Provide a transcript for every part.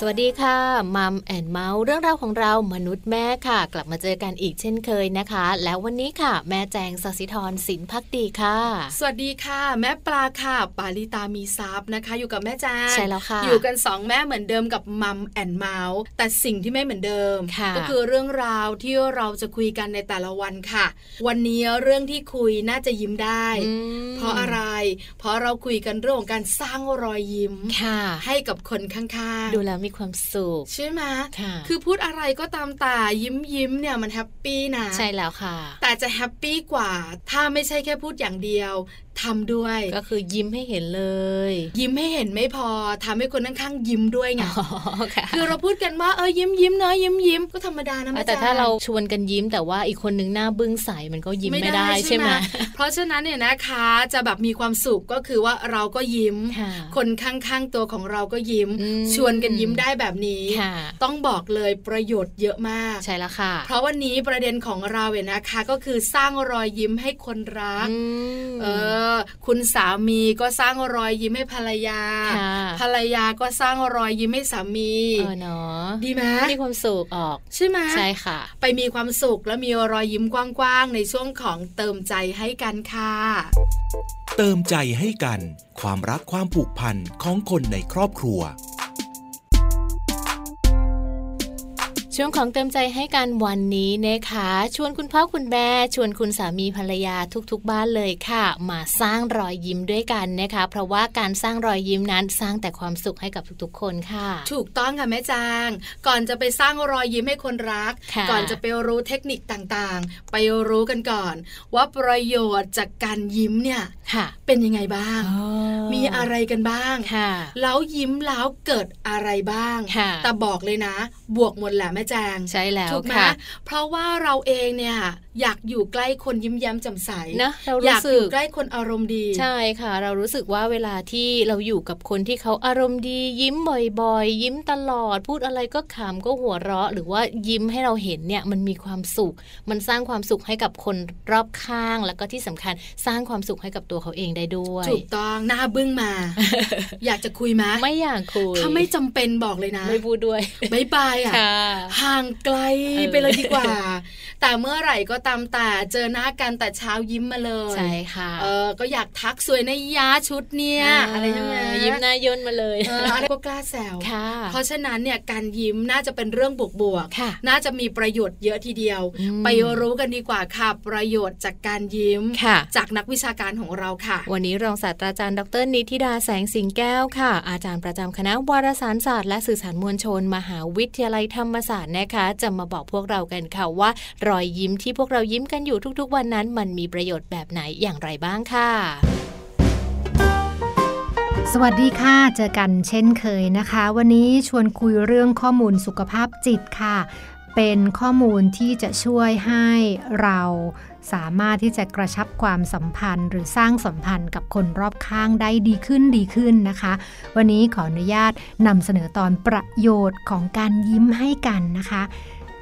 สวัสดีค่ะมัมแอนเมาส์เรื่องราวของเรามนุษย์แม่ค่ะ กลับมาเจอกันอีกเช่นเคยนะคะ แล้ววันนี้ค่ะ แม่แจงสศิธรสินพักดีค่ะ สวัสดีค่ะ แม่ปลาค่ะ ปาลิตามีซับนะคะ อยู่กับแม่แจาง ใช่แล้วค่ะ อยู่กันสองแม่เหมือนเดิมกับมัมแอนเมาส์แต่สิ่งที่ไม่เหมือนเดิม ค่ะ ก็คือเรื่องราวที่เราจะคุยกันในแต่ละวันค่ะ วันนี้เรื่องที่คุยน่าจะยิ้มได้ อืม เพราะอะไร เพราะเราคุยกันเรื่องของการสร้างรอยยิ้ม ค่ะ ให้กับคนข้าง ดูแล้วมีความสุข ๆใช่ไหม ค่ะ คือพูดอะไรก็ตามแต่ยิ้มยิ้มๆเนี่ยมันแฮปปี้นะ ใช่แล้วค่ะ แต่จะแฮปปี้กว่า ถ้าไม่ใช่แค่พูดอย่างเดียวทำด้วย ก็คือยิ้มให้เห็นเลย ยิ้มให้เห็นไม่พอทำให้คนข้างๆยิ้มด้วยไง อ๋อค่ะ คือเราพูดกันว่าเออยิ้มยิ้มเนาะยิ้มยิ้มก็ธรรมดานะแม่ แต่ จ๋ ถ้าเราชวนกันยิ้มแต่ว่าอีกคนนึงหน้าบึ้งใสมันก็ยิ้มไม่ได้ใช่ไหม เพราะฉะนั้นเนี่ยนะคะจะแบบมีความสุขก็คือว่าเราก็ยิ้ม ค่ะ คนข้างๆตัวของเราก็ยิ้ม อืม ชวนกันยิ้มได้แบบนี้ ค่ะ ต้องบอกเลยประโยชน์เยอะมาก ใช่แล้วค่ะ เพราะวันนี้ประเด็นของเราเนี่ยนะคะ ก็คือสร้างรอยยิ้มให้คนรัก อืม เออ คุณสามีก็สร้างรอยยิ้มให้ภรรยา ค่ะ ภรรยาก็สร้างรอยยิ้มให้สามี เออเนาะ ดีไหม มีความสุขออก ใช่ไหม ใช่ค่ะ ไปมีความสุขแล้วมีรอยยิ้มกว้างๆ ในช่วงของเติมใจให้กันค่ะ เติมใจให้กัน ความรักความผูกพันของคนในครอบครัว ช่วงของเติมใจให้กันวันนี้นะคะ ชวนคุณพ่อคุณแม่ชวนคุณสามีภรรยาทุกๆ บ้านเลยค่ะ มาสร้างรอยยิ้มด้วยกันนะคะ เพราะว่าการสร้างรอยยิ้มนั้นสร้างแต่ความสุขให้กับทุกๆ คนค่ะ ถูกต้องค่ะแม่จาง ก่อนจะไปสร้างรอยยิ้มให้คนรัก ค่ะ ก่อนจะไปรู้เทคนิคต่างๆ ไปรู้กันก่อน ว่าประโยชน์จากการยิ้มเนี่ย ค่ะ เป็นยังไงบ้าง มีอะไรกันบ้าง ค่ะ แล้วยิ้มแล้วเกิดอะไรบ้าง ค่ะ แต่บอกเลยนะ บวกหมดแหละแม่แจง ใช่แล้ว ถูกไหม ค่ะ เพราะว่าเราเองเนี่ยอยากอยู่ใกล้คนยิ้มแย้มแจ่มใส นะเรา อ รู้ ยากอ สึ ยู่ ก ใกล้คนอารมณ์ดี ใช่ค่ะ เรารู้สึกว่าเวลาที่เราอยู่กับคนที่เขาอารมณ์ดี ยิ้มบ่อยๆ ยิ้มตลอด พูดอะไรก็ขำก็หัวเราะ หรือว่ายิ้มให้เราเห็นเนี่ยมันมีความสุข มันสร้างความสุขให้กับคนรอบข้างแล้วก็ที่สำคัญสร้างความสุขให้กับตัวเขาเองได้ด้วย ถูกต้องหน้าบึ้งมา อยากจะคุยไหม ไม่อยากคุย ถ้าไม่จำเป็นบอกเลยนะ ไม่พูดด้วย บายบายอ่ะ ค่ะ ห่างไกล เออ ไปเลยดีกว่า แต่เมื่อไหร่ก็ตามแต่เจอหน้ากันแต่เช้ายิ้มมาเลย ใช่ค่ะ เออก็อยากทักสวยในะยาชุดเนี่ยอะไรใช่ไหม ยิ้มหน้าย่นมาเลย เอออะไรก็กล้าแซว ค่ะ เพราะฉะนั้นเนี่ยการยิ้มน่าจะเป็นเรื่องบวก ค่ะ ๆ น่าจะมีประโยชน์เยอะทีเดียว อืม ไปรู้กันดีกว่าค่ะ ประโยชน์จากการยิ้ม ค่ะ จากนักวิชาการของเราค่ะ วันนี้รองศาสตราจารย์ดรนิติดาแสงสิงแก้วค่ะ อาจารย์ประจำคณะวารสารศาสตร์และสื่อสารมวลชน มหาวิทยาลัยธรรมศาสตร์นะคะ จะมาบอกพวกเรากันค่ะว่า รอยยิ้มที่พวกเรายิ้มกันอยู่ทุกๆ วันนั้น มันมีประโยชน์แบบไหนอย่างไรบ้างค่ะ สวัสดีค่ะ เจอกันเช่นเคยนะคะ วันนี้ชวนคุยเรื่องข้อมูลสุขภาพจิตค่ะ เป็นข้อมูลที่จะช่วยให้เราสามารถที่จะกระชับความสัมพันธ์ หรือสร้างสัมพันธ์กับคนรอบข้างได้ดีขึ้นดีขึ้นนะคะ วันนี้ขออนุญาตนำเสนอตอนประโยชน์ของการยิ้มให้กันนะคะ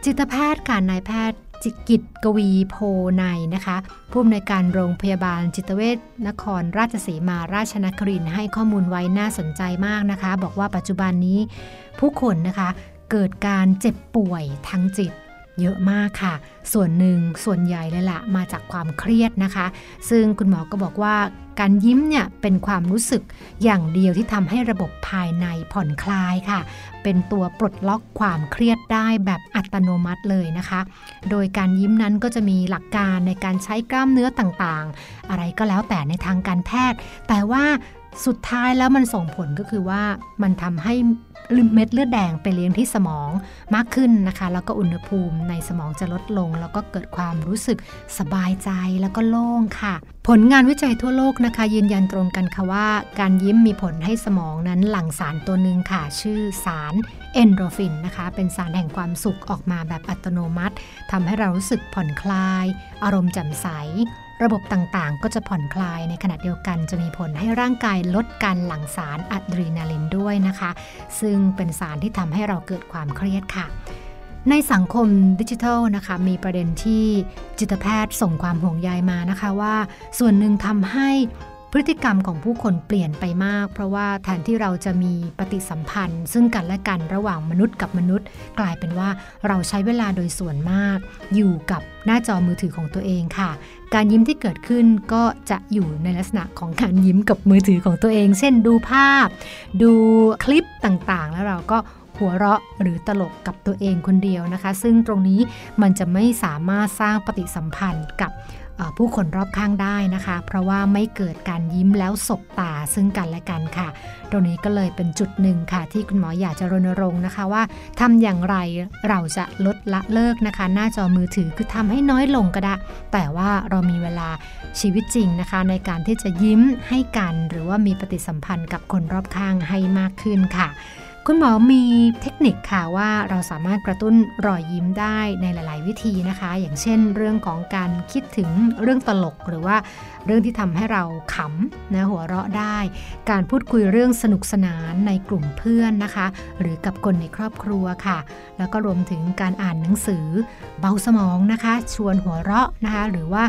จิตแพทย์ค่ะนายแพทย์จิกิจกวีโพในยนะคะ ผู้อำนวยการโรงพยาบาลจิตเวชนครราชสีมาราชนครินทร์ให้ข้อมูลไว้น่าสนใจมากนะคะ บอกว่าปัจจุบันนี้ผู้คนนะคะเกิดการเจ็บป่วยทางจิตเยอะมากค่ะ ส่วนหนึ่งส่วนใหญ่เลยละมาจากความเครียดนะคะ ซึ่งคุณหมอก็บอกว่าการยิ้มเนี่ยเป็นความรู้สึกอย่างเดียวที่ทำให้ระบบภายในผ่อนคลายค่ะ เป็นตัวปลดล็อกความเครียดได้แบบอัตโนมัติเลยนะคะ โดยการยิ้มนั้นก็จะมีหลักการในการใช้กล้ามเนื้อต่างๆ อะไรก็แล้วแต่ในทางการแพทย์ แต่ว่าสุดท้ายแล้วมันส่งผลก็คือว่ามันทำให้เม็ดเลือดแดงไปเลี้ยงที่สมองมากขึ้นนะคะ แล้วก็อุณหภูมิในสมองจะลดลง แล้วก็เกิดความรู้สึกสบายใจแล้วก็โล่งค่ะ ผลงานวิจัยทั่วโลกนะคะ ยืนยันตรงกันค่ะว่า การยิ้มมีผลให้สมองนั้นหลั่งสารตัวหนึ่งค่ะ ชื่อสารเอนโดรฟินนะคะ เป็นสารแห่งความสุขออกมาแบบอัตโนมัติ ทำให้เรารู้สึกผ่อนคลาย อารมณ์แจ่มใส ระบบต่างๆ ก็จะผ่อนคลายในขณะเดียวกันจะมีผลให้ร่างกายลดการหลั่งสารอะดรีนาลินด้วยนะคะ ซึ่งเป็นสารที่ทำให้เราเกิดความเครียดค่ะ ในสังคมดิจิทัลนะคะมีประเด็นที่จิตแพทย์ส่งความห่วงใยมานะคะว่าส่วนหนึ่งทำให้พฤติกรรมของผู้คนเปลี่ยนไปมาก เพราะว่าแทนที่เราจะมีปฏิสัมพันธ์ ซึ่งกันและกันระหว่างมนุษย์กับมนุษย์ กลายเป็นว่าเราใช้เวลาโดยส่วนมาก อยู่กับหน้าจอมือถือของตัวเองค่ะ การยิ้มที่เกิดขึ้นก็จะอยู่ในลักษณะของการยิ้มกับมือถือของตัวเอง เช่นดูภาพ ดูคลิปต่างๆ แล้วเราก็หัวเราะหรือตลกกับตัวเองคนเดียวนะคะ ซึ่งตรงนี้มันจะไม่สามารถสร้างปฏิสัมพันธ์กับเอ่อผู้คนรอบข้างได้นะคะ เพราะว่าไม่เกิดการยิ้มแล้วสบตาซึ่งกันและกันค่ะ ตรงนี้ก็เลยเป็นจุดหนึ่งค่ะ ที่คุณหมออยากจะรณรงค์นะคะว่าทำอย่างไรเราจะลดละเลิกนะคะ หน้าจอมือถือคือทำให้น้อยลงก็ได้ แต่ว่าเรามีเวลาชีวิตจริงนะคะ ในการที่จะยิ้มให้กัน หรือว่ามีปฏิสัมพันธ์กับคนรอบข้างให้มากขึ้นค่ะ คุณหมอมีเทคนิคค่ะว่าเราสามารถกระตุ้นรอยยิ้มได้ในหลาย ๆ วิธีนะคะ อย่างเช่น เรื่องของการคิดถึงเรื่องตลกหรือว่าเรื่องที่ทำให้เราขำนะหัวเราะได้ การพูดคุยเรื่องสนุกสนานในกลุ่มเพื่อนนะคะ หรือกับคนในครอบครัวค่ะ แล้วก็รวมถึงการอ่านหนังสือ เบาสมองนะคะ ชวนหัวเราะนะคะ หรือว่า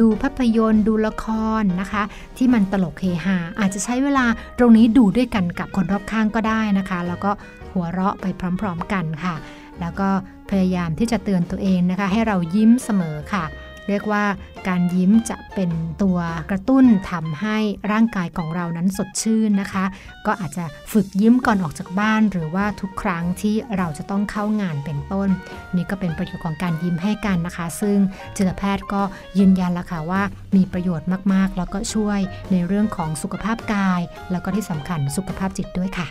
ดูภาพยนตร์ดูละครนะคะ ที่มันตลกเฮฮาอาจจะใช้เวลาตรงนี้ดูด้วยกันกับคนรอบข้างก็ได้นะคะ แล้วก็หัวเราะไปพร้อมๆกันค่ะ แล้วก็พยายามที่จะเตือนตัวเองนะคะ ให้เรายิ้มเสมอค่ะ เรียกว่าการยิ้มจะเป็นตัวกระตุ้นทำให้ร่างกายของเรานั้นสดชื่นนะคะ ก็อาจจะฝึกยิ้มก่อนออกจากบ้าน หรือว่าทุกครั้งที่เราจะต้องเข้างานเป็นต้น นี่ก็เป็นประโยชน์ของการยิ้มให้กันนะคะ ซึ่งจิตแพทย์ก็ยืนยันแล้วค่ะว่ามีประโยชน์มากๆ แล้วก็ช่วยในเรื่องของสุขภาพกาย แล้วก็ที่สำคัญสุขภาพจิตด้วยค่ะ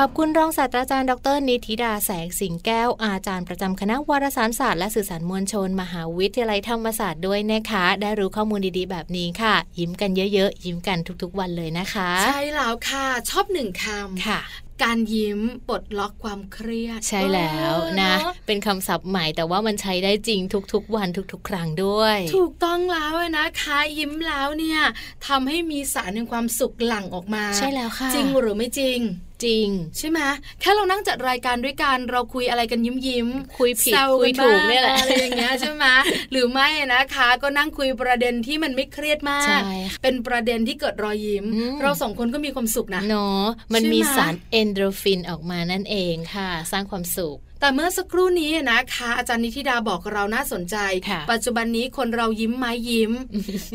ขอบคุณรองศาสตราจารย์ดร นิติดาแสงสิงแก้วอาจารย์ประจำคณะวารสารศาสตร์และสื่อสารมวลชน มหาวิทยาลัยธรรมศาสตร์ด้วยนะคะ ได้รู้ข้อมูลดีๆ แบบนี้ค่ะ ยิ้มกันเยอะๆ ยิ้มกันทุกๆ วันเลยนะคะ ใช่แล้วค่ะ ชอบหนึ่งคำ ค่ะ การยิ้มปลดล็อกความเครียด ใช่แล้ว เออ นะ เอ เป็นคำศัพท์ใหม่แต่ว่ามันใช้ได้จริงทุกๆ วันทุกๆ ครั้งด้วย ถูกต้องแล้วนะคะยิ้มแล้วเนี่ยทำให้มีสารแห่งความสุขหลั่งออกมา ใช่แล้วค่ะ จริงหรือไม่จริง จริง ใช่ไหมแค่เรานั่งจัดรายการด้วยกันเราคุยอะไรกันยิ้มยิ้มๆ คุยผิด แซว คุย กัน ถูกเนี่ยแหละ บ้างอะไรอย่างเงี้ยใช่ไหมหรือไม่นะคะ ก็นั่งคุยประเด็นที่มันไม่เครียดมา ใช่ ก ค่ะ เป็นประเด็นที่เกิดรอยยิ้ม อืม เราสองคนก็มีความสุขนะ เนาะมันมี ใช่ไหม สารเอนโดรฟินออกมานั่นเองค่ะ สร้างความสุข แต่เมื่อสักครู่นี้นะคะ อาจารย์นิธิดาบอกเราน่าสนใจ ค่ะ ปัจจุบันนี้คนเรายิ้มไหม ยิ้ม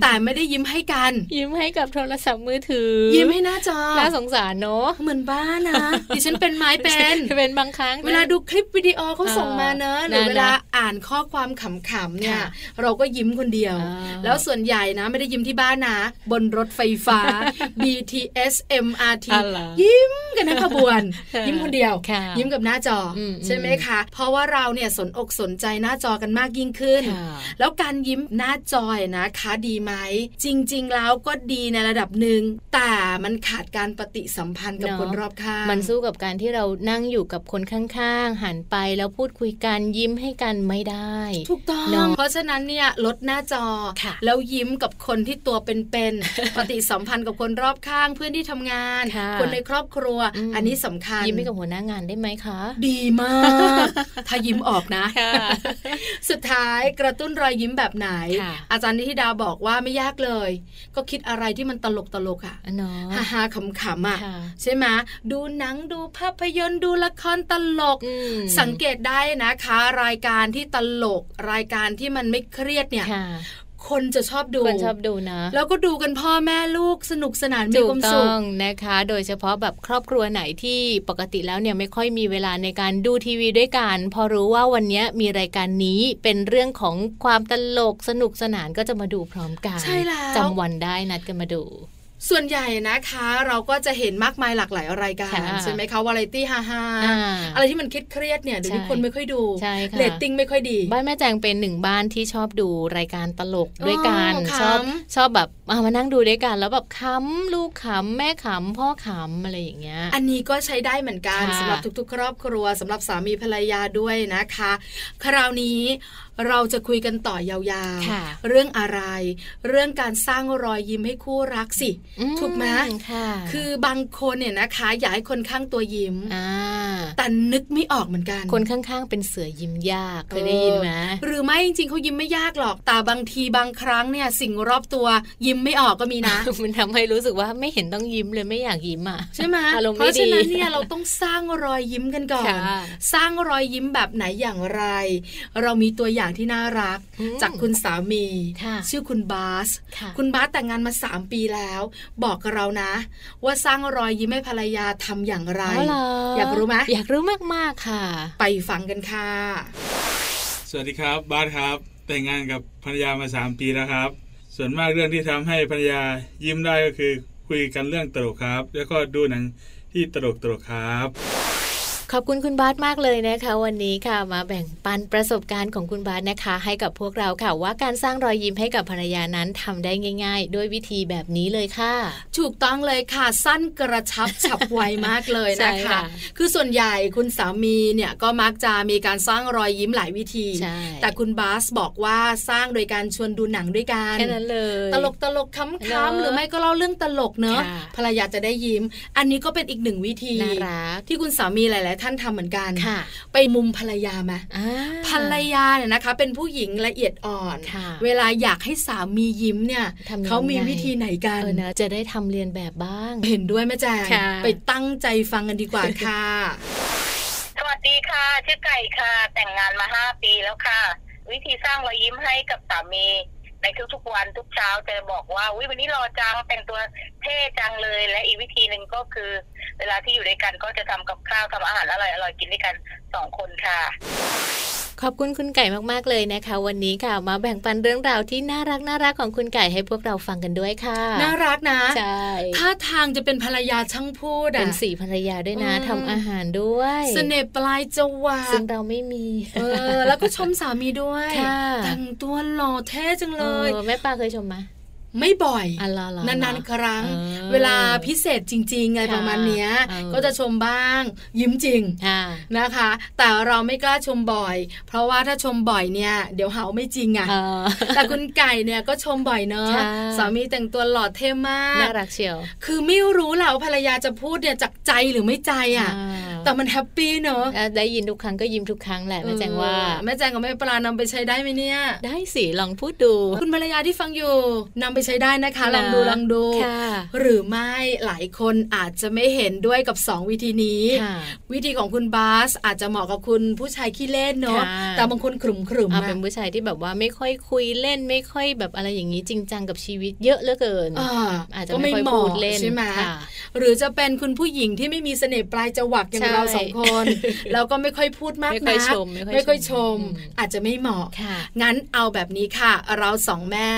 แต่ไม่ได้ยิ้มให้กัน ยิ้มให้กับโทรศัพท์มือถือ ยิ้มให้หน้าจอ น่าสงสารเนาะ เหมือนบ้านะดิฉันเป็นไหม้เป็น เป็นบางครั้งนะ เวลาดูคลิปวิดีโอเขา เออ ส่งมาเนอะหรือ นะ เวลาอ่านข้อความขำๆเนี่ย ค่ะ เราก็ยิ้มคนเดียว อ่า แล้วส่วนใหญ่นะ ไม่ได้ยิ้มที่บ้านนะ บนรถไฟ ฟ้า BTS MRT อะไร ยิ้มกันทั้งขบวน ค่ะ ยิ้มคนเดียว ค่ะ ยิ้มกับหน้าจออ ม ใช่ไหม อืม คะ เพราะว่าเราเนี่ยสนอกสนใจหน้าจอกันมากยิ่งขึ้น ค่ะ แล้วการยิ้มหน้าจอยนะคะดีไหมจริง ๆ แล้วก็ดีในระดับหนึ่งแต่มันขาดการปฏิสัมพันธ์กับ เนอะ คนรอบข้าง มันสู้กับการที่เรานั่งอยู่กับคนข้างๆ หันไปแล้วพูดคุยกันยิ้มให้กันไม่ได้ ถูกต้อง เนอะ เพราะฉะนั้นเนี่ยลดหน้าจอ ค่ะ แล้วยิ้มกับคนที่ตัวเป็น ๆ ปฏิสัมพันธ์กับคนรอบข้างเพื่อนที่ทำงาน ค่ะ คนในครอบครัว ม อันนี้สำคัญ ยิ้มให้กับหัวหน้างานได้ไหมคะ ดีมาก ถ้ายิ้มออกนะ สุดท้ายกระตุ้นรอยยิ้มแบบไหน ค่ะ อาจารย์นิธิดาบอกว่าไม่ยากเลย ก็คิดอะไรที่มันตลกตลกๆอะ เนาะ ฮาฮาๆขำๆอะ ค่ะ ใช่ไหมดูหนังดูภาพยนตร์ดูละครตลก อืม สังเกตได้นะคะ รายการที่ตลก รายการที่มันไม่เครียดเนี่ย ค่ะ คนจะชอบดู คนชอบดูนะ แล้วก็ดูกันพ่อแม่ลูกสนุกสนานมี ถู ค ก วาม ต้ สุ อ ข งนะคะ โดยเฉพาะแบบครอบครัวไหนที่ปกติแล้วเนี่ยไม่ค่อยมีเวลาในการดูทีวีด้วยกัน พอรู้ว่าวันเนี้ยมีรายการนี้เป็นเรื่องของความตลกสนุกสนานก็จะมาดูพร้อมกัน ใช่แล้ว จำวันได้นัดกันมาดู ส่วนใหญ่นะคะ เราก็จะเห็นมากมายหลากหลายรายการ ค่ะ ใช่ไหมคะวาไรตี้ฮ่าฮ่า อ่า อะไรที่มันคิดเครียดๆเนี่ยเดี๋ยวนี้ ใช่ คนไม่ค่อยดู ใช่ค่ะ เรตติ้งไม่ค่อยดี บ้านแม่แจงเป็นหนึ่งบ้านที่ชอบดูรายการตลกด้วยกัน อ๋อค่ะ ชอบชอบแบบ มามานั่งดูด้วยกัน แล้วแบบขำลูกขำแม่ขำพ่อขำอะไรอย่างเงี้ย อันนี้ก็ใช้ได้เหมือนกัน ค่ะ สำหรับทุกๆ ครอบครัวสำหรับสามีภรรยาด้วยนะคะ คราวนี้เราจะคุยกันต่อยาว ค่ะ ๆ เรื่องอะไร เรื่องการสร้างรอยยิ้มให้คู่รักสิ อื ถูกไหม ค่ะ คือบางคนเนี่ยนะคะอยากให้คนข้างตัวยิ้ม อ่า แต่นึกไม่ออกเหมือนกัน คนข้างๆเป็นเสือยิ้มยากเคยได้ยินไหม หรือไม่จริงๆเขายิ้มไม่ยากหรอก แต่บางทีบางครั้งเนี่ยสิ่งรอบตัวยิ้มไม่ออกก็มีนะ มันทำให้รู้สึกว่าไม่เห็นต้องยิ้มเลยไม่อยากยิ้มอ่ะ ใช่ไหม อารมณ์ เพ ไม่ ราะ ดี ฉะนั้นเนี่ยเราต้องสร้างรอยยิ้มกันก่อน ค่ะ สร้างรอยยิ้มแบบไหนอย่างไร เรามีตัวอย่างที่น่ารัก อืม จากคุณสามี ค่ะ ชื่อคุณบาส ค่ะ คุณบาสแต่งงานมา 3 ปีแล้ว บอกกับเรานะ ว่าสร้างรอยยิ้มให้ภรรยาทำอย่างไร อ๋อเหรอ อยากรู้ไหม อยากรู้มากๆค่ะ ไปฟังกันค่ะ สวัสดีครับบาสครับ แต่งงานกับภรรยามา 3 ปีแล้วครับ ส่วนมากเรื่องที่ทำให้ภรรยายิ้มได้ก็คือคุยกันเรื่องตลกครับ แล้วก็ดูหนังที่ตลกตลกๆครับ ขอบคุณคุณบาสมากเลยนะคะ วันนี้ค่ะมาแบ่งปันประสบการณ์ของคุณบาสนะคะ ให้กับพวกเราค่ะ ว่าการสร้างรอยยิ้มให้กับภรรยานั้นทำได้ง่าย ๆ ด้วยวิธีแบบนี้เลยค่ะ ถูกต้องเลยค่ะ สั้นกระชับ ฉับไวมากเลยนะ ใช่ คะ ค่ะ คือส่วนใหญ่คุณสามีเนี่ยก็มักจะมีการสร้างรอยยิ้มหลายวิธี ใช่ แต่คุณบาสบอกว่าสร้างโดยการชวนดูหนังด้วยกัน แค่นั้นเลย ตลกตลกๆ เน ค้ำ อะ ๆหรือไม่ก็เล่าเรื่องตลกเนอะ ค่ะ ภรรยาจะได้ยิ้ม อันนี้ก็เป็นอีกหนึ่งวิธี น่ารัก ที่คุณสามีหลาย ๆ ท่านทำเหมือนกัน ค่ะ ไปมุมภรรยามา อ่า ภรรยาเนี่ยนะคะ เป็นผู้หญิงละเอียดอ่อน ค่ะ เวลาอยากให้สามียิ้มเนี่ย ทำยังไง เขามีวิธีไหนกัน เออนะจะได้ทำเรียนแบบบ้าง เห็นด้วยแม่แจง ค่ะ ไปตั้งใจฟังกันดีกว่าค่ะ สวัสดีค่ะ ชื่อไก่ค่ะ แต่งงานมาห้าปีแล้วค่ะ วิธีสร้างรอยยิ้มให้กับสามี ในทุกๆวันทุกเช้าจะบอกว่าวิวันนี้รอจังแต่งตัวเท่จังเลย และอีกวิธีหนึ่งก็คือ เวลาที่อยู่ด้วยกันก็จะทำกับข้าวทำอาหารอร่อยๆกินด้วยกันสองคนค่ะ ขอบคุณคุณไก่มากๆเลยนะคะ วันนี้ค่ะมาแบ่งปันเรื่องราวที่น่ารักน่ารักของคุณไก่ให้พวกเราฟังกันด้วยค่ะ น่ารักนะ ใช่ ท่าทางจะเป็นภรรยาช่างพูด เป็ อะ นสีภรรยาด้วยนะ อืม ทำอาหารด้วย เสน่ห์ปลายจวัก ซึ่งเราไม่มี เออ แล้วก็ชมสามีด้วย ค่ะ แต่งตัวหล่อเท่จังเลย ออแม่ปลาเคยชมไหม ไม่บ่อย อ๋อเหรอเหรอ นานๆ ครั้ง เออ เวลาพิเศษจริงๆอะไร ค่ะ ประมาณเนี้ย เออ ก็จะชมบ้าง ยิ้มจริง อ่า นะคะ แต่เราไม่กล้าชมบ่อย เพราะว่าถ้าชมบ่อยเนี่ย เดี๋ยวหาว่าไม่จริงอะ เออ แต่คุณไก่เนี่ยก็ชมบ่อยเนอะ ใช่ สามีแต่งตัวหล่อเท่มาก น่ารักเชียว คือไม่รู้แหละว่าภรรยาจะพูดเนี่ยจากใจหรือไม่ใจอะแต่มันแฮปปี้เนอะ อ่าได้ยินทุกครั้งก็ยิ้มทุกครั้งแหละแม่แจงว่า เออแม่แจงกับแม่ปลานำไปใช้ได้ไหมเนี่ย ได้สิลองพูดดู คุณภรรยาที่ฟังอยู่นำไปใช้ได้นะคะ ลองดูลองดู ค่ะ หรือไม่หลายคนอาจจะไม่เห็นด้วยกับ 2 วิธีนี้ ค่ะ วิธีของคุณบาสอาจจะเหมาะกับคุณผู้ชายขี้เล่นเนาะ ค่ะ แต่บางคนขรุมขรุม เอา ๆ เป็น อะ ผู้ชายที่แบบว่าไม่ค่อยคุยเล่นไม่ค่อยแบบอะไรอย่างนี้จริงจังกับชีวิตเยอะเหลือเกิน อ่า อาจจะ ก็ ไม่ค่อยพูดเล่น ใช่ไหม ค่ะ หรือจะเป็นคุณผู้หญิงที่ไม่มีเสน่ห์ปลายจวักอย่าง ใช่ เราสองคน แล้วก็ไม่ค่อยพูดมาก ไม่ นะ ค่อยชมไม่ ไม่ ค่ ค่ อ อย ย ช ช ม ม อืม อาจจะไม่เหมาะ ค่ะ งั้นเอาแบบนี้ค่ะ เราสองแม่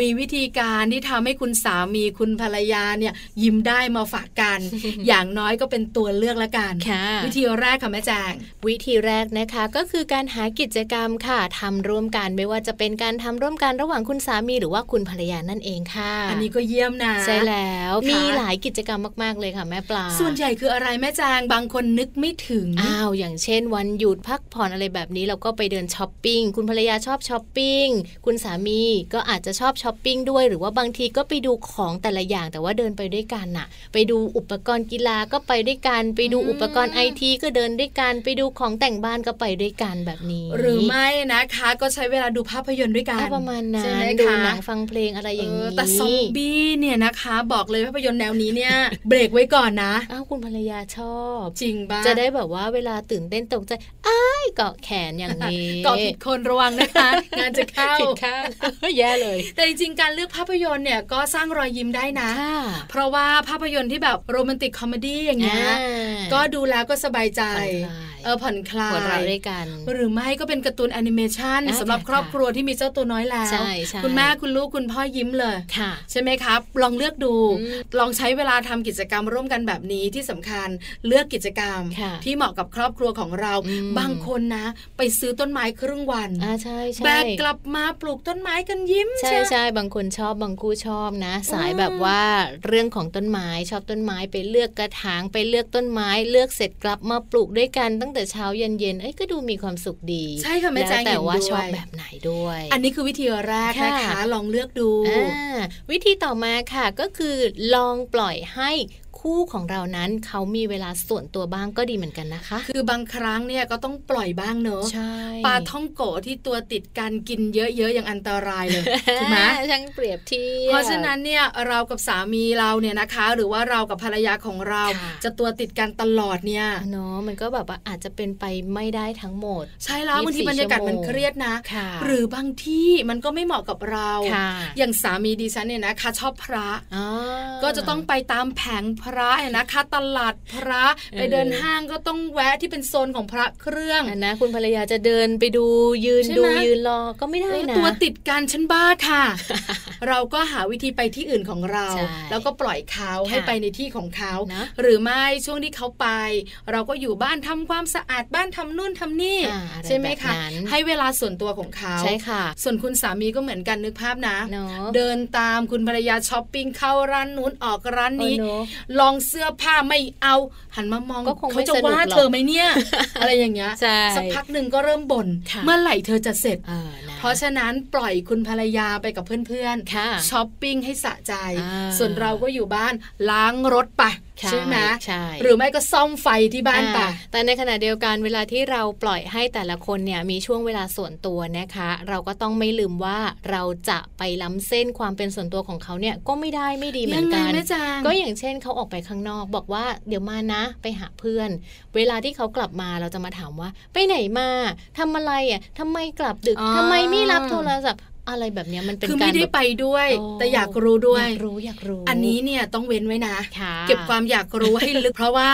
มีวิธีการที่ทำให้คุณสามีคุณภรรยาเนี่ย ยิ้มได้มาฝาก กัน อย่างน้อยก็เป็นตัวเลือกละกัน ค่ะ วิธีแรกค่ะแม่แจง วิธีแรกนะคะก็คือการหากิจกรรมค่ะทำร่วมกันไม่ว่าจะเป็นการทำร่วมกันระหว่างคุณสามีหรือว่าคุณภรรยานั่นเองค่ะ อันนี้ก็เยี่ยมนะ ใช่แล้ว ค่ะ มีหลายกิจกรรมมากๆเลยค่ะแม่ปลา ส่วนใหญ่คืออะไรแม่แจงบางคนนึกไม่ถึง อ้าวอย่างเช่น วันหยุดพักผ่อนอะไรแบบนี้เราก็ไปเดินช้อปปิ้งคุณภรรยาชอบช้อปปิ้งคุณสามีก็อาจจะชอบช้อปปิ้งด้วย หรือว่าบางทีก็ไปดูของแต่ละอย่างแต่ว่าเดินไปด้วยกันน่ะ ไปดูอุปกรณ์กีฬาก็ไปด้วยกันไปดู อืม อุปกรณ์ไอทีก็เดินด้วยกันไปดูของแต่งบ้านก็ไปด้วยกันแบบนี้ หรือไม่นะคะ ก็ใช้เวลาดูภาพยนตร์ด้วยกัน อ่ะประมาณนั้ ใช่ น ไหม ดู คะ หนังฟังเพลงอะไรอย่าง เออ นี้ แต่ซอมบี้เนี่ยนะคะ บอกเลยภาพยนตร์แนวนี้ เนี่ย เบรกไว้ก่อนนะ อ้าวคุณภรรยาชอบ จริงบ้า จะได้แบบว่าเวลาตื่นเต้นตกใจอ้ายเกาะแขนอย่างนี้ เกาะผิดคนระวังนะคะ งานจะเข้า ผิดข้าง แย่เลย แต่จริงๆ การเลือกภาพยนตร์เนี่ยก็สร้างรอยยิ้มได้นะ ค่ะ เพราะว่าภาพยนตร์ที่แบบโรแมนติกคอมเมดี้อย่างเงี้ย อ่า ก็ดูแล้วก็สบายใจ ผ่อนคลาย เอ อผ่อนคลา หัวเราะ ย ด้วยกัน หรือไม่ก็เป็นการ์ตูนแอนิเมชัน อ่า สำหรับ ค่ะ ครอบครัวที่มีเจ้าตัวน้อยแล้ว ใช่ใช่ คุณแม่คุณลูกคุณพ่อยิ้มเลย ค่ะ ใช่ไหมครับ ลองเลือกดู อืม ลองใช้เวลาทำกิจกรรมร่วมกันแบบนี้ที่สำคัญเลือกกิจกรรม ค่ะ ที่เหมาะกับครอบครัวของเรา อืม บางคนนะ ไปซื้อต้นไม้ครึ่งวัน อ่าใช่ใช่ แบกกลับมาปลูกต้นไม้กันยิ้ม ใช่ ไหม ใช่บางคนชอบบางคู่ชอบนะ สาย อืม แบบว่าเรื่องของต้นไม้ชอบต้นไม้ไปเลือกกระถางไปเลือกต้นไม้ เลือกเสร็จกลับมาปลูกด้วยกันตั้งแต่เช้าเย็นเย็นๆเอ้ยก็ดูมีความสุขดี ใช่ค่ะแม่ แล้ว แจง แต่ เห็น ว่า ด้วย ชอบแบบไหนด้วย อันนี้คือวิธีแรกนะคะ ค่ะ ลองเลือกดู อ่าวิธีต่อมาค่ะก็คือลองปล่อยให้คู่ของเรานั้นเขามีเวลาส่วนตัวบ้างก็ดีเหมือนกันนะคะ คือบางครั้งเนี่ยก็ต้องปล่อยบ้างเนอะ ใช่ ปลาท่องโกะที่ตัวติดกันกินเยอะๆอย่างอันตราย เลยถูกไหม ช่างเปรียบเทียบ เพราะฉะนั้นเนี่ยเรากับสามีเราเนี่ยนะคะ หรือว่าเรากับภรรยาของเรา ค่ะ จะตัวติดกันตลอดเนี่ย เนาะมันก็แบบว่าอาจจะเป็นไปไม่ได้ทั้งหมด ใช่แล้ว 24 บางทีบรรยากาศมันเครียดนะ ค่ะ หรือบางที่มันก็ไม่เหมาะกับเรา ค่ะ อย่างสามีดิฉันเนี่ยนะคะ ชอบพระ อ่า ก็จะต้องไปตามแผงพระเนี่ยนะคะตลาดพระ เออ ไปเดินห้างก็ต้องแวะที่เป็นโซนของพระเครื่อง อันนะคุณภรรยาจะเดินไปดูยืน ใช่ ดู ไหม ยืนรอก็ไม่ได้นะ ตัวติดกันฉันบ้า ค่ะ เราก็หาวิธีไปที่อื่นของเรา ใช่ แล้วก็ปล่อยเขา ค่ะ ให้ไปในที่ของเขา นะ หรือไม่ช่วงที่เขาไป เราก็อยู่บ้านทำความสะอาดบ้านทำนู่นทำนี่ อ่าอร ใช่ไหม แบบ คะ นั้น ให้เวลาส่วนตัวของเขา ใช่ค่ะ ส่วนคุณสามีก็เหมือนกันนึกภาพนะ เนาะ เดินตามคุณภรรยาช้อปปิ้งเข้าร้านนู้นออกร้านนี้ เออเอะ ลองเสื้อผ้าไม่เอาหันมามอง ก็คงไม่ เขาจะสนุกหว่ารอก เธอไหมเนี่ย อะไรอย่างเงี้ย ใช่ สัพักหนึ่งก็เริ่มบน่น ค่ะ เมื่อไหร่เธอจะเสร็จ เออนะ เพราะฉะนั้นปล่อยคุณภรรยาไปกับเพื่อน ค่ะ ๆช้อปปิ้งให้สะใจ อ่า ส่วนเราก็อยู่บ้านล้างรถไป ใช่ ใช่ไหม ใช่ หรือไม่ก็ซ่อมไฟที่บ้านไป อ่แต่ในขณะเดียวกันเวลาที่เราปล่อยให้แต่ละคนเนี่ยมีช่วงเวลาส่วนตัวนะคะ เราก็ต้องไม่ลืมว่าเราจะไปล้ำเส้นความเป็นส่วนตัวของเขาเนี่ยก็ไม่ได้ไม่ดีเหมือนกันยังไงแม่จาง ก็อย่างเช่นเขาออกไปข้างนอก บอกว่าเดี๋ยวมานะไปหาเพื่อน เวลาที่เขากลับมาเราจะมาถามว่า ไปไหนมาทำอะไรอ่ะทำไมกลับดึก อ๋อ ทำไมไม่รับโทรศัพท์อะไรแบบเนี้ยมันเป็น คือ การ ไม่ได้ แบบ ไปด้วย โ แต่อยากรู้ด้วย อยากรู้อยากรู้ อันนี้เนี่ยต้องเว้นไว้นะ ค่ะ เก็บความอยากรู้ให้ลึก เพราะว่า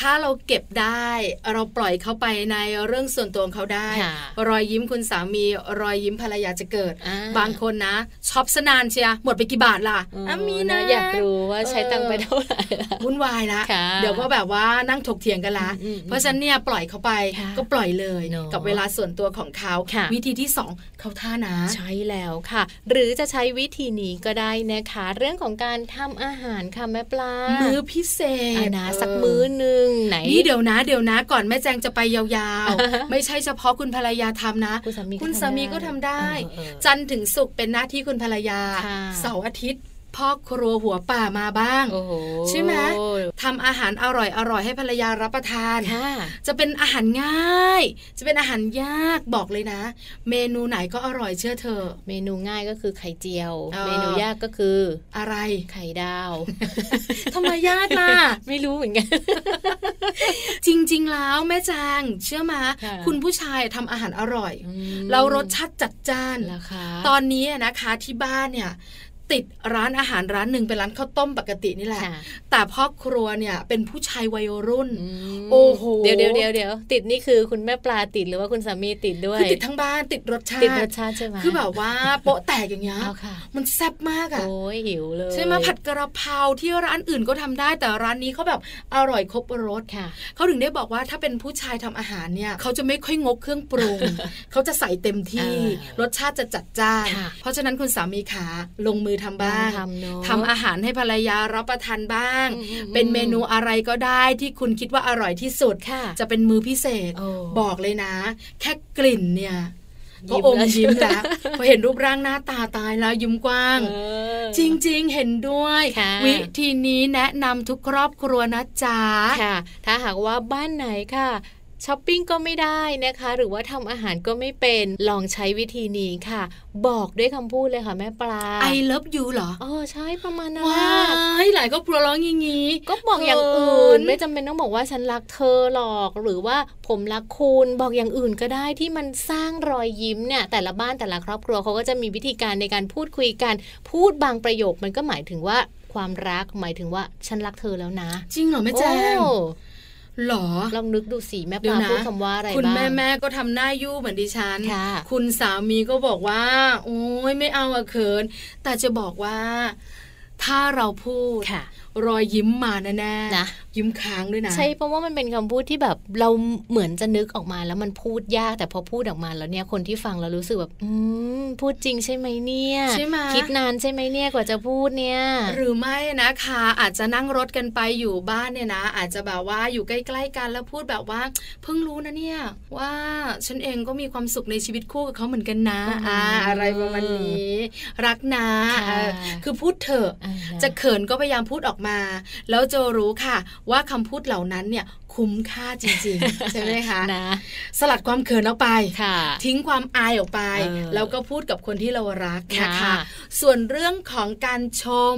ถ้าเราเก็บได้เราปล่อยเขาไปในเรื่องส่วนตัวของเขาได้ ค่ะ รอยยิ้มคุณสามี รอยยิ้มภรรยาจะเกิด อ่ บางคนนะช็อปสนานเชียร์หมดไปกี่บาทล่ะ เออ อ่ะมีนะ อยากรู้ว่าใช้ตังค์ไปเท่าไหร่ วุ่นวายละ ค่ะ เดี๋ยวก็แบบว่านั่งถกเถียงกันละ อืมอืม เพราะฉะนั้นเนี่ยปล่อยเขาไป ค่ะ ก็ปล่อยเลย เนอะ กับเวลาส่วนตัวของเขา ค่ะ วิธีที่สองเขาท่านะ ใช่แล้วค่ะ หรือจะใช้วิธีนี้ก็ได้นะคะ เรื่องของการทำอาหารค่ะแม่ปลา มื้อพิเศ อ่ะ ษ นะ เออ สักมื้อหนึ่งไหน นี่เดี๋ยวนะเดี๋ยวนะก่อนแม่แจงจะไปยาว อ่าฮะ ๆ ไม่ใช่เฉพาะคุณภรรยาทำนะ คุณสามี คุณสามีก็ทำได้ เออเออ จันทร์ถึงศุกร์เป็นหน้าที่คุณภรรยา ค่ะ เสาร์อาทิตย์พ่อครัวหัวป่ามาบ้าง โอ้โห ใช่ไหม ทำอาหารอร่อยอร่อยๆให้ภรรยารับประทาน ค่ะ จะเป็นอาหารง่าย จะเป็นอาหารยากบอกเลยนะ เมนูไหนก็อร่อยเชื่อเธอะ เมนูง่ายก็คือไข่เจียว เออ เมนูยากก็คือ อะไร ไข่ดาว ทำ ไมยาก ล่ะ ไม่รู้เหมือนกัน จริง ๆ แล้วแม่จางเชื่อมา ค่ะ คุณผู้ชายทำอาหารอร่อย เรารสชาติจัดจ้าน ราคา ตอนนี้อะนะคะที่บ้านเนี่ย ติดร้านอาหารร้านหนึ่งเป็นร้านข้าวต้มปกตินี่แหละ ค่ะ แต่พ่อครัวเนี่ยเป็นผู้ชายวัยรุ่น อืม โอ้โห เดี๋ยวเดี๋ยวเดี๋ยวเดี๋ยวติดนี่คือคุณแม่ปลาติดหรือว่าคุณสามีติดด้วย คือติดทั้งบ้านติดรสชา ติด ติ รสชาติใช่ไหม คือแบบว่าโปะแตกอย่างเงี้ย เอาค่ะ มันแซ่บมากอะ โอ้ยหิวเลย ใช่ไหมผัดกระเพราที่ร้านอื่นก็ทำได้แต่ร้านนี้เขาแบบอร่อยครบรส ค่ะ เขาถึงได้บอกว่าถ้าเป็นผู้ชายทำอาหารเนี่ยเขาจะไม่ค่อยงกเครื่องปรุ ง เขาจะใส่เต็มที่ เออ รสชาติจะจัดจ้าน ค่ะ เพราะฉะนั้นคุณสามีขาลงมือทำบ้าง ทำเนอะ ทำอาหารให้ภรรยารับประทานบ้าง อืมอืม เป็นเมนูอะไรก็ได้ที่คุณคิดว่าอร่อยที่สุด ค่ะ จะเป็นมือพิเศษ โอ้ บอกเลยนะ แค่กลิ่นเนี่ย ยิ้มก็อม แล้ว ยิ้มแล้วพอเห็นรูปร่างหน้าตาตายแล้วยิ้มกว้าง เออ จริงๆ เห็นด้วย ค่ะ วิธีนี้แนะนำทุกครอบครัวนะจ๊ะ ค่ะ ถ้าหากว่าบ้านไหนค่ะช้อปปิ้งก็ไม่ได้นะคะ หรือว่าทำอาหารก็ไม่เป็นลองใช้วิธีนี้ค่ะ บอกด้วยคำพูดเลยค่ะแม่ปลา I love you เหรอ เออใช่ประมาณนั้น ว้า น่ะ ยหลายครอบครัวร้องงี้งี้ ก็บอกอย่าง เขิน อื่น ไม่จำเป็นต้องบอกว่าฉันรักเธอหรอก หรือว่าผมรักคุณบอกอย่างอื่นก็ได้ที่มันสร้างรอยยิ้มเนี่ย แต่ละบ้านแต่ละครอบครัวเขาก็จะมีวิธีการในการพูดคุยกัน พูดบางประโยคมันก็หมายถึงว่าความรักหมายถึงว่าฉันรักเธอแล้วนะ จริงเหรอแม่แจง โอ้ หรอ ลองนึกดูสิแม่ป เดี๋ย ลาว นะ พูดคำว่าอะไรบ้าง คุณแม่แม่ก็ทำหน้ายู่เหมือนดิฉัน ค่ะ ณสามีก็บอกว่า โอ้ยไม่เอาอะเขิน แต่จะบอกว่า ถ้าเราพูด ค่ะ รอยยิ้มมาแน่ๆ นะ ยิ้มค้างด้วยนะ ใช่เพราะว่ามันเป็นคำพูดที่แบบเราเหมือนจะนึกออกมาแล้วมันพูดยากแต่พอพูดออกมาแล้วเนี่ยคนที่ฟังเรารู้สึกแบบ อืมพูดจริงใช่ไหมเนี่ย ใช่ไหม คิดนานใช่ไหมเนี่ยกว่าจะพูดเนี่ย หรือไม่นะคะอาจจะนั่งรถกันไปอยู่บ้านเนี่ยนะ อาจจะแบบว่าอยู่ใกล้ๆกันแล้วพูดแบบว่า เพิ่งรู้นะเนี่ย ว่าฉันเองก็มีความสุขในชีวิตคู่กับเขาเหมือนกันนะ อืม อ่าอะไรประมาณนี้ รักนะ ค่ะ เออคือพูดเถอะ อ่าฮ จะเขินก็พยายามพูดออกมา แล้วจะรู้ค่ะ ว่าคำพูดเหล่านั้นเนี่ยคุ้มค่าจริง ๆ ใช่ไหมคะ นะ สลัดความเขินออกไป ค่ะ ทิ้งความอายออกไป เออ แล้วก็พูดกับคนที่เรารักนะคะ ค่ะ ส่วนเรื่องของการชม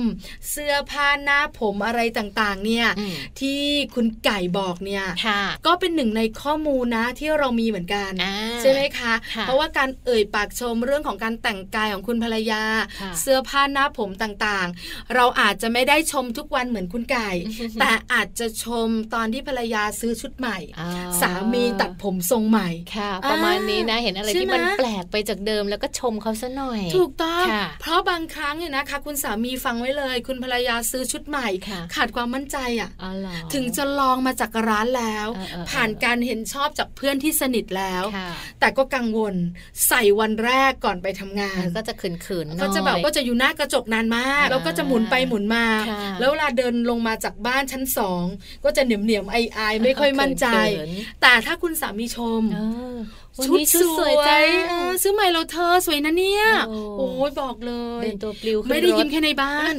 เสื้อผ้าหน้าผมอะไรต่างๆ เนี่ย อืม ที่คุณไก่บอกเนี่ย ค่ะ ก็เป็นหนึ่งในข้อมูลนะที่เรามีเหมือนกัน อ่า ใช่ไหมคะ ค่ะ เพราะว่าการเอ่ยปากชมเรื่องของการแต่งกายของคุณภรรยา ค่ะ เสื้อผ้าหน้าผมต่างๆ เราอาจจะไม่ได้ชมทุกวันเหมือนคุณไก่ แต่อาจจะชมตอนที่ภรรยาซื้อชุดใหม่ อ่า สามีตัดผมทรงใหม่ ค่ะ อ่า ประมาณนี้นะเห็นอะไรที่มัน ใช่ไหม แปลกไปจากเดิมแล้วก็ชมเขาซะหน่อย ถูกต้อง ค่ะ เพราะบางครั้งเนี่ยนะคะ คุณสามีฟังไว้เลย คุณภรรยาซื้อชุดใหม่ ค่ะ ขาดความมั่นใจอ่ะ อ๋อเหรอ ถึงจะลองมาจากร้านแล้ว เออเออเออ ผ่านการเห็นชอบจากเพื่อนที่สนิทแล้ว ค่ะ แต่ก็กังวลใส่วันแรกก่อนไปทำงาน มันก็จะเขินๆหน่อย ก็จะแบบก็จะอยู่หน้ากระจกนานมาก อ่า แล้วก็จะหมุนไปหมุนมา ค่ะ แล้วเวลาเดินลงมาจากบ้านชั้นสองก็จะเหนียมเหนียมๆไอไอๆไม่ค่อยมั่นใจ เขิน แต่ถ้าคุณสามีชม เออวันนี้ชุดสวยจัง เออซื้อใหม่เราเธอสวยนะเนี่ย โอ้ โอ้ยบอกเลย เดินตัวปลิวขึ้น ไม่ได้ยิ้ม รถ แค่ในบ้าน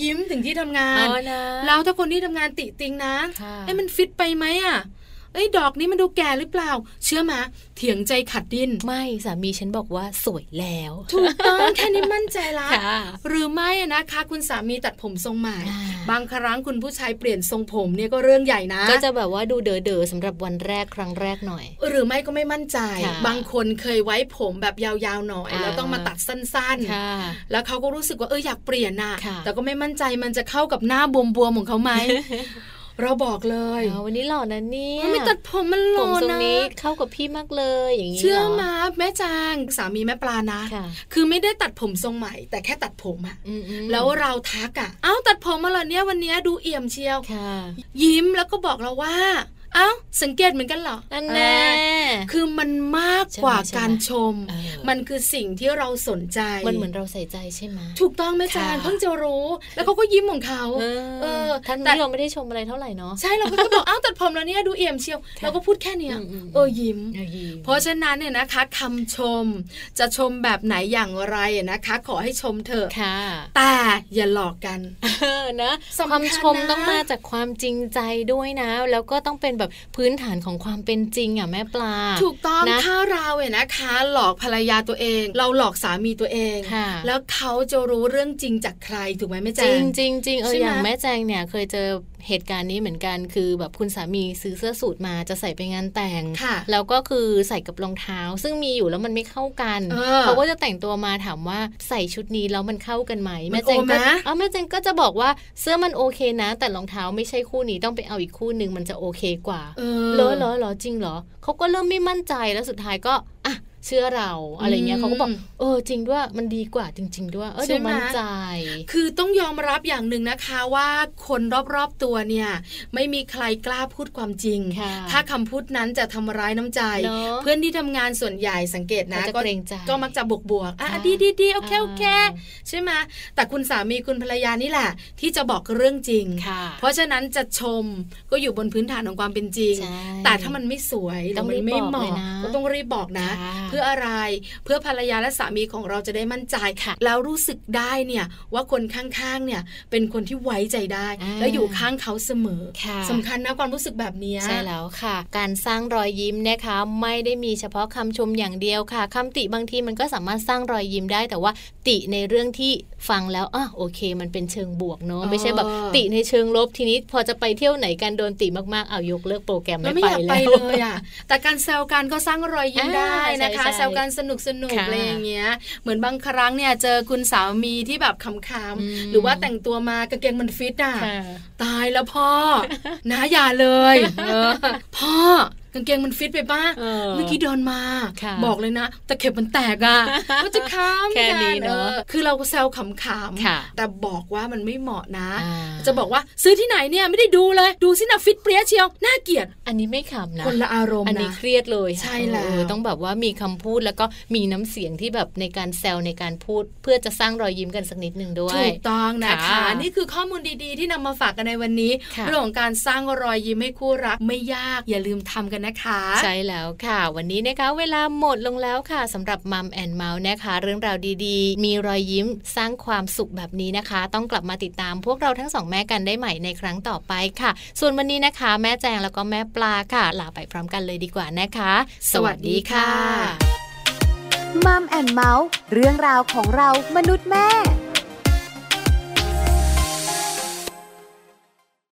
ยิ้มถึงที่ทำงาน อ๋อนะ แล้วถ้าคนที่ทำงานติติงนะ ค่ะ ไอ้ยมันฟิตไปไหมอ่ะเอ้ยดอกนี้มันดูแก่หรือเปล่า เชื่อมาเถียงใจขัดดิ้น ไม่สามีฉันบอกว่าสวยแล้ว ถูกต้องแค่นี้มั่นใจละ ค่ะ หรือไม่อะนะคะ คุณสามีตัดผมทรงใหม่ อ่า บางครั้งคุณผู้ชายเปลี่ยนทรงผมเนี่ยก็เรื่องใหญ่นะ ก็จะแบบว่าดูเด๋อๆสำหรับวันแรกครั้งแรกหน่อย หรือไม่ก็ไม่มั่นใจ ค่ะ บางคนเคยไว้ผมแบบยาวๆหน่อย อ่า แล้วต้องมาตัดสั้น ๆ ค่ะ แล้วเขาก็รู้สึกว่าเอออยากเปลี่ยนน่ะ ค่ะ แต่ก็ไม่มั่นใจมันจะเข้ากับหน้าบวมๆของเขา ไหม เราบอกเลย อ๋อวันนี้หล่อนะเนี่ย ไม่ตัดผมมันผหล่อ มทรง นะ นี้เข้ากับพี่มากเลยอย่างนี้ เชื่อ หร มาแม่จางสามีแม่ปลานะ ค่ะ คือไม่ได้ตัดผมทรงใหม่ แต่แค่ตัดผมอะ อืมๆ แล้วเราทักอะเอ้าตัดผมมาเหรอเนี่ยวันเนี้ยดูเอี่ยมเชียว ค่ะ ยิ้มแล้วก็บอกเราว่า เอ้าสังเกตเหมือนกันเหรอ อัน เอ แน่ อคือมันมากกว่า ใช่ไหม การชม เออ มันคือสิ่งที่เราสนใจ มันเหมือนเราใส่ใจใช่ไหม ถูกต้องแม่จาง ค่ะ เพิ่งจะรู้ แล้วเขาก็ยิ้มของเขา เอ เอ อ อ ท่าน แต่ นี้เราไม่ได้ชมอะไรเท่าไหร่เนาะ ใช่เราก็บอก อ้าวตัดผมแล้วเนี่ยดูเอี่ยมเชียว ค่ะ เราก็พูดแค่เนี้ย อืมอืม เออยิ้ม เพราะฉะนั้นเนี่ยนะคะคำชม จะชมแบบไหนอย่างไรนะคะ ขอให้ชมเถอะ ค่ะ แต่อย่าหลอกกัน เออนะ สำคัควาญนะมชมต้องมาจากความจริงใจด้วยนะ แล้วก็ต้องเป็นแบบพื้นฐานของความเป็นจริงอ่ะแม่ปลา ถูกต้อง นะ ถ้าเราเนี่ยนะคะ หลอกภรรยาตัวเอง เราหลอกสามีตัวเอง ค่ะ แล้วเขาจะรู้เรื่องจริงจากใครถูกไหมแม่ จ แจ้ ริงจริงจริงเอ ใช่ อ ไหม อย่างแม่แจงเนี่ยเคยเจอเหตุการณ์นี้เหมือนกันคือแบบคุณสามีซื้อเสื้อสูทมาจะใส่ไปงานแต่ง ค่ะ แล้วก็คือใส่กับรองเท้า ซึ่งมีอยู่แล้วมันไม่เข้ากัน เออ เขาก็จะแต่งตัวมาถามว่าใส่ชุดนี้แล้วมันเข้ากันไหม มัน แม่แจงก็ โอไหม อ๋อแม่แจงก็จะบอกว่าเสื้อมันโอเคนะ แต่รองเท้าไม่ใช่คู่นี้ต้องไปเอาอีกคู่หนึ่งมันจะโอเคกว่า เอ เหรอเหรอเหรอจริงเหรอเขาก็เริ่มไม่มั่นใจแล้วสุดท้ายก็อ่ะเชื่อเราอะไรเงี้ยเขาก็บอก ม เออจริงด้วยมันดีกว่าจริง ๆ ด้วยเออ ใช่ ดู ไหม มั่นใจ คือต้องยอมรับอย่างหนึ่งนะคะว่าคนรอบๆตัวเนี่ย ไม่มีใครกล้าพูดความจริง ค่ะ ถ้าคำพูดนั้นจะทำร้ายน้ำใจ เนอะ เพื่อนที่ทำงานส่วนใหญ่สังเกตนะ เขาจะเกรงใจ ก็มักจะบวกบวกๆอ่ะ ค่ะ ดีดีดีโอเค อ่า โอเคใช่ไหมแต่คุณสามีคุณภรรยานี่แหละ ที่จะบอกเรื่องจริง ค่ะ เพราะฉะนั้นจะชมก็อยู่บนพื้นฐานของความเป็นจริง ใช่ แต่ถ้ามันไม่สวยหรื ต้อง มั รีบ ไม่ บอก เห เลย มาะ นะ ก็ต้องรีบบอกนะ ค่ะ เพื่ออะไรเพื่อภรรยาและสามีของเราจะได้มั่นใจ ค่ะ แล้วรู้สึกได้เนี่ยว่าคนข้างๆเนี่ยเป็นคนที่ไว้ใจได้ อ่า และอยู่ข้างเขาเสมอ ค่ะ สำคัญนะความรู้สึกแบบเนี้ย ใช่แล้วค่ะ การสร้างรอยยิ้มนะคะ ไม่ได้มีเฉพาะคำชมอย่างเดียวค่ะคำติบางทีมันก็สามารถสร้างรอยยิ้มได้ แต่ว่าติในเรื่องที่ฟังแล้วอ่ะโอเค มันเป็นเชิงบวกเนอะไม่ใช่แบบ เออ ติในเชิงลบทีนี้ พอจะไปเที่ยวไหนกันโดนติมากๆเอายกเลิกโปรแกรม เรา ไม่ไปไม่อยากไป แล้ว เลยอ่ะแต่การแซวกันก็สร้างรอยยิ้ม อ่า ได้นะใช่คะนะคะ ใช่ แซวกันสนุกสนุก ค่ะ อะไรอย่างเงี้ย เหมือนบางครั้งเนี่ยเจอคุณสามีที่แบบข อื ำ ม ๆหรือว่าแต่งตัวมากางเกงมันฟิตอ่ะ ค่ะ ตายแล้ว พ่อ นะอย่าเลย เออพ่อกางเกงมันฟิตไปป้า เออ เมื่อกี้เดินมา ค่ะ บอกเลยนะตะเข็บมันแตก อ่ะก็จะค้ำ แค่นี้เนอะ ออคือเราแซวขำ ค่ะ ๆแต่บอกว่ามันไม่เหมาะนะ อ่า จะบอกว่าซื้อที่ไหนเนี่ยไม่ได้ดูเลย ดูสินะฟิตเปรี้ยเชียวน่าเกลียด อันนี้ไม่ขำนะ คนละอารมณ์ อันนี้ นะ เครียดเลยค่ะ ใช่แล้ว เออต้องแบบว่ามีคำพูดแล้วก็มีน้ำเสียงที่แบบในการแซวในการพูด เพื่อจะสร้างรอยยิ้มกันสักนิดหนึ่งด้วย ถูกต้องนะคะ ค่ะ นี่คือข้อมูลดีๆ ที่นำมาฝากกันในวันนี้ ค่ะ เรื่องของการสร้างรอยยิ้มให้คู่รักไม่ยากอย่าลืมทำกันนะคะ ใช่แล้วค่ะ วันนี้นะคะเวลาหมดลงแล้วค่ะสำหรับมัมแอนเมาส์นะคะ เรื่องราวดีๆ มีรอยยิ้มสร้างความสุขแบบนี้นะคะ ต้องกลับมาติดตามพวกเราทั้งสองแม่กันได้ใหม่ในครั้งต่อไปค่ะ ส่วนวันนี้นะคะ แม่แจงแล้วก็แม่ปลาค่ะ ลาไปพร้อมกันเลยดีกว่านะคะ สวัสดีค่ะ มัมแอนเมาส์เรื่องราวของเรามนุษย์แม่